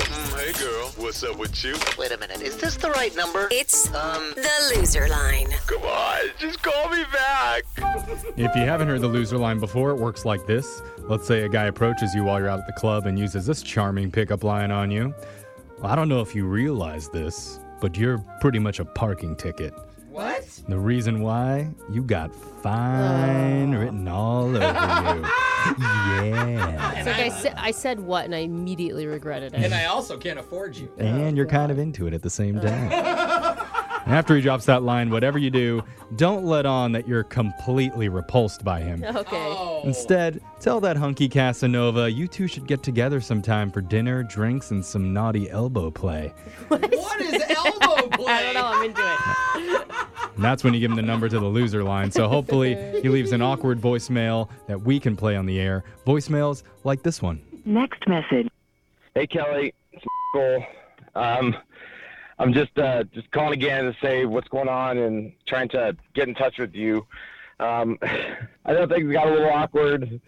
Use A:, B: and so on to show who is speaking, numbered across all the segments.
A: Mm, Hey girl, what's up with you?
B: Wait a minute, is this the right number?
C: It's
B: Um,
C: the loser line.
A: Come on, just call me back.
D: If you haven't heard the loser line before, it works like this. Let's say a guy approaches you while you're out at the club and uses this charming pickup line on you. Well, I don't know if you realize this, but you're pretty much a parking ticket.
E: What?
D: The reason why? You got fine written all over you. yeah.
F: It's like I, said, I said what, and I immediately regretted it.
E: And I also can't afford you.
D: And you're kind of into it at the same time. And After he drops that line, whatever you do, don't let on that you're completely repulsed by him.
F: okay.
E: Oh.
D: Instead, tell that hunky Casanova you two should get together sometime for dinner, drinks, and some naughty elbow play.
E: What is elbow play?
F: I don't know. I'm into it.
D: And that's when you give him the number to the loser line. So hopefully, he leaves an awkward voicemail that we can play on the air. Voicemails like this one.
G: Next message.
H: Hey Kelly, it's Cole. Um, I'm just uh, just calling again to say what's going on and trying to get in touch with you. Um, I know things got a little awkward,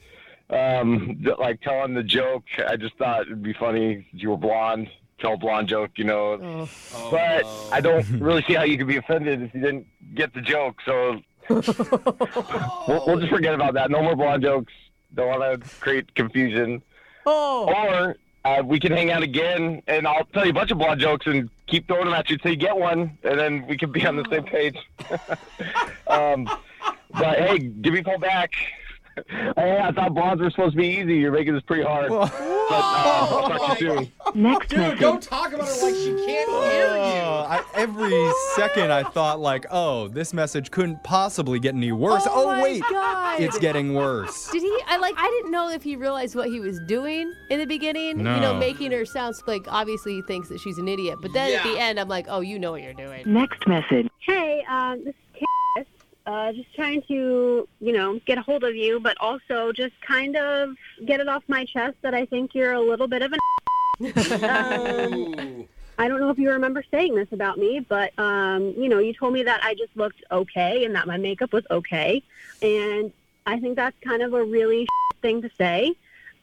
H: um, th- like telling the joke. I just thought it'd be funny. You were blonde, tell a blonde joke, you know.
F: Oh.
H: But I don't really see how you could be offended if you didn't get the joke. So we'll, we'll just forget about that. No more blonde jokes. Don't want to create confusion.
F: Oh.
H: Or uh, we can hang out again, and I'll tell you a bunch of blonde jokes and keep throwing them at you until you get one, and then we can be on the same page. um, but hey, give me a call back. hey, I thought blondes were supposed to be easy. You're making this pretty hard. But, uh, I'll talk to you soon.
G: Next
E: Dude,
G: message.
E: don't talk about it like she can't hear
D: I, every second I thought like, oh, this message couldn't possibly get any worse.
F: Oh my God.
D: getting worse.
F: Did he? I like. I didn't know if he realized what he was doing in the beginning. You
D: No.
F: know, making her sound like obviously he thinks that she's an idiot. But then at the
E: Yeah.
F: end, I'm like, oh, you know what you're doing.
G: Next message.
I: Hey, um, this is Karis. Uh, just trying to, you know, get a hold of you, but also just kind of get it off my chest that I think you're a little bit of an. um,
E: you. Ooh.
I: I don't know if you remember saying this about me, but um, you know, you told me that I just looked okay and that my makeup was okay, and I think that's kind of a really thing to say,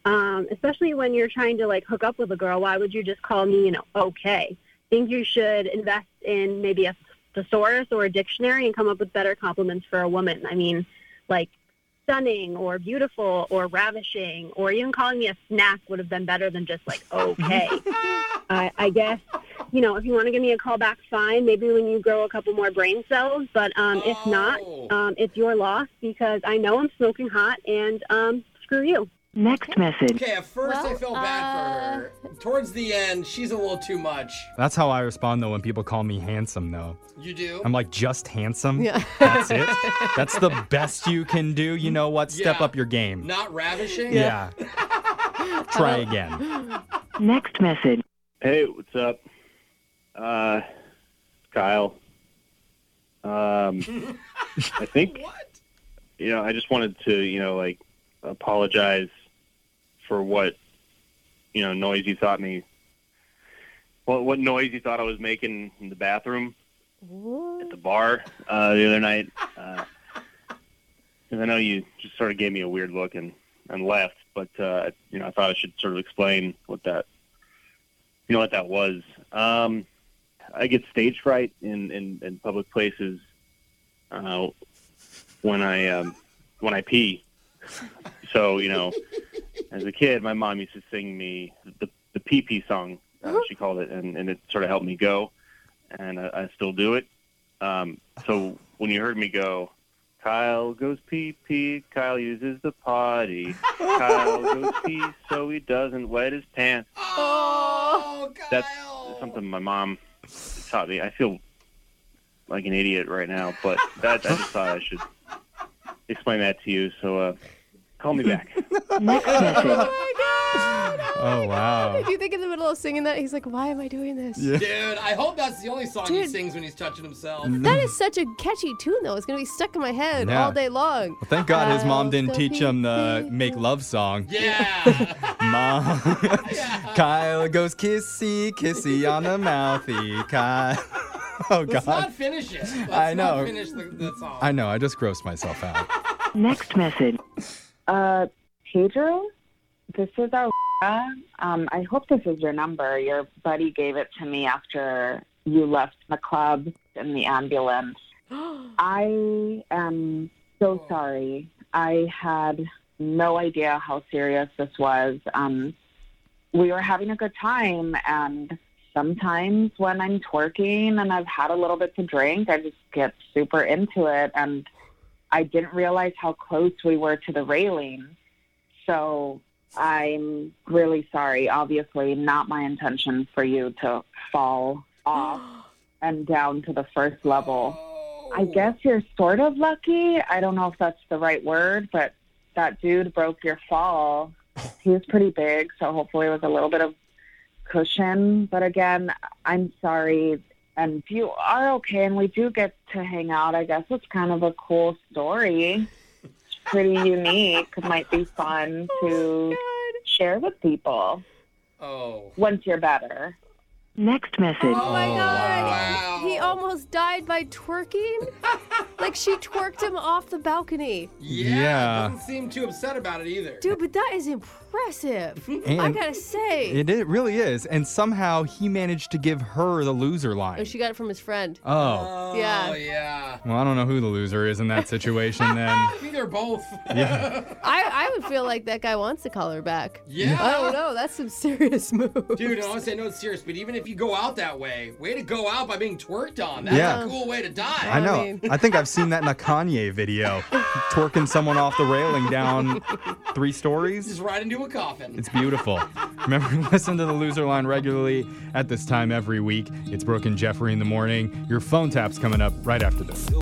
I: um, especially when you're trying to like hook up with a girl. Why would you just call me, you know, okay? think you should invest in maybe a thesaurus or a dictionary and come up with better compliments for a woman. I mean, like stunning or beautiful or ravishing or even calling me a snack would have been better than just like okay. I, I guess you know if you want to give me a call back, fine. Maybe when you grow a couple more brain cells, but um, if not,
E: Oh.
I: um, it's your loss because I know I'm smoking hot and um, screw you.
G: Next message.
E: Okay, at first I
F: Well, uh,
E: felt bad for her. Towards the end, she's a little too much.
D: That's how I respond though when people call me handsome though.
E: You do?
D: I'm like just handsome. That's it. That's the best you can do. You know what? Step
E: Yeah.
D: up your game.
E: Not ravishing?
D: Yeah. Try again.
G: Next message.
J: Hey, what's up? Uh, Kyle. Um, I think,
E: What?
J: you know, I just wanted to, you know, like apologize for what, you know, noise you thought me, what, what noise you thought I was making in the bathroom at the bar uh, the other night. Because I know you just sort of gave me a weird look and, and left, but uh, you know I thought I should sort of explain what that you know what that was. Um, I get stage fright in in, in public places uh, when I um, when I pee. So you know, as a kid, my mom used to sing me the the pee pee song. Uh, she called it, and, and it sort of helped me go, and I, I still do it. Um, so when you heard me go, Kyle goes pee pee, Kyle uses the potty, Kyle goes pee so he doesn't wet his pants.
E: Oh, Kyle.
J: That's something my mom taught me. I feel like an idiot right now, but that I just thought I should explain that to you. So uh, call me back.
G: Next message.
D: Oh wow.
F: Do you think in the middle of singing that he's like, why am I doing this?
E: Dude, I hope that's the only song he
F: Dude.
E: sings when he's touching himself.
F: That is such a catchy tune though. It's gonna be stuck in my head
D: Yeah.
F: all day long.
D: Well, thank God his mom
F: I'll
D: didn't
F: still
D: teach him the
F: be-
D: make love song.
E: Yeah.
D: Mom. Kyle goes kissy, kissy on the mouthy. Kyle. Oh
E: Let's
D: God.
E: not finish it. Let's
D: I know.
E: Not finish the, the song.
D: I know. I just grossed myself out.
G: Next message.
K: Uh, Pedro, this is our
I: Um, I hope this is your number. Your buddy gave it to me after you left the club in the ambulance. I am so sorry. I had no idea how serious this was. Um, we were having a good time, and sometimes when I'm twerking and I've had a little bit to drink, I just get super into it. And I didn't realize how close we were to the railing. So I'm really sorry. Obviously, not my intention for you to fall off and down to the first level. I guess you're sort of lucky. I don't know if that's the right word, but that dude broke your fall. He was pretty big, so hopefully it was a little bit of cushion. But again, I'm sorry. And if you are okay and we do get to hang out, I guess it's kind of a cool story. It's pretty unique. It might be fun to share with people
E: Oh.
I: once you're better.
G: Next message.
F: Oh my
E: Oh,
F: god.
E: wow.
F: He
D: Oh.
F: almost died by twerking? like she twerked him off the balcony.
E: Yeah.
D: Yeah.
E: Doesn't seem too upset about it either.
F: Dude, but that is impressive. I
D: And
F: gotta say.
D: it, it really is. And somehow he managed to give her the loser
F: oh,
D: line.
F: she got it from his friend.
D: Oh.
E: Oh,
F: Yeah.
E: yeah.
D: Well, I don't know who the loser is in that situation then.
E: Maybe they're both.
D: Yeah.
F: I, I would feel like that guy wants to call her back.
E: Yeah.
F: I don't know. That's some serious move.
E: Dude, honestly, I know it's serious, but even if you go out that way, way to go out by being twerked on. That's
D: Yeah.
E: a cool way to die.
D: I know.
F: mean-
D: I think I've seen that in a Kanye video. Twerking someone off the railing down three stories.
E: Just right into a coffin.
D: It's beautiful. Remember, listen to the loser line regularly at this time every week. It's Brooke and Jeffrey in the morning. Your phone tap's coming up right after this.